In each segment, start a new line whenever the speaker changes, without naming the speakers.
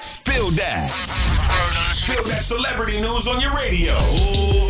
Spill that. Spill that celebrity news on your radio.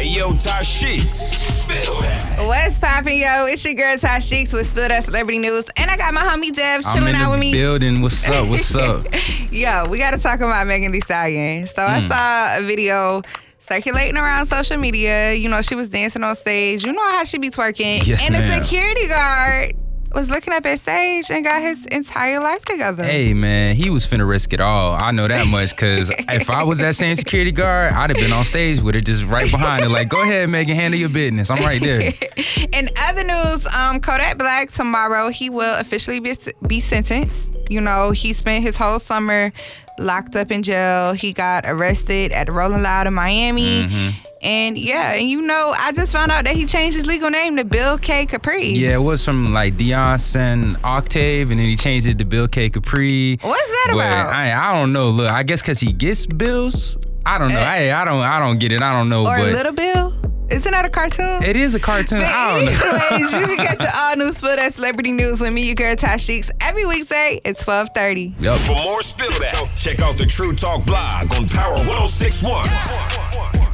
Hey, yo, Tashik. Spill that.
What's poppin', yo? It's your girl Ty Sheeks with Spill That Celebrity News, and I got my homie Dev
I'm
chilling
in
out
the
with me.
building. What's up? What's up?
Yo, we gotta talk about Megan Thee Stallion. So I
Hmm.
saw a video circulating around social media. You know, she was dancing on stage. You know how she be twerking.
Yes,
and a
ma'am.
security guard was looking up at stage and got his entire life together.
hey man, he was finna risk it all. I know that much because if I was that same security guard, I'd have been on stage with her just right behind her. Like, go ahead, Megan, handle your business. I'm right there.
In other news, um, Kodak Black tomorrow he will officially be, be sentenced. You know, he spent his whole summer locked up in jail. He got arrested at Rolling Loud in Miami.
Mm-hmm.
And yeah, and you know, I just found out that he changed his legal name to Bill K. Capri.
Yeah, it was from like Dion San Octave, and then he changed it to Bill K Capri.
What's that
But
about?
I, I don't know. Look, I guess because he gets bills. I don't know. Hey, I don't. I don't get it. I don't know.
Eh. Or
but
Little Bill. Isn't that a cartoon?
it is a cartoon.
But
I don't know.
anyways, you can catch your all new Spill That Celebrity News with me, your girl Tashiks, every weekday at 1230.
Yup.
oh For more Spill that, check out the True Talk blog on Power 1061.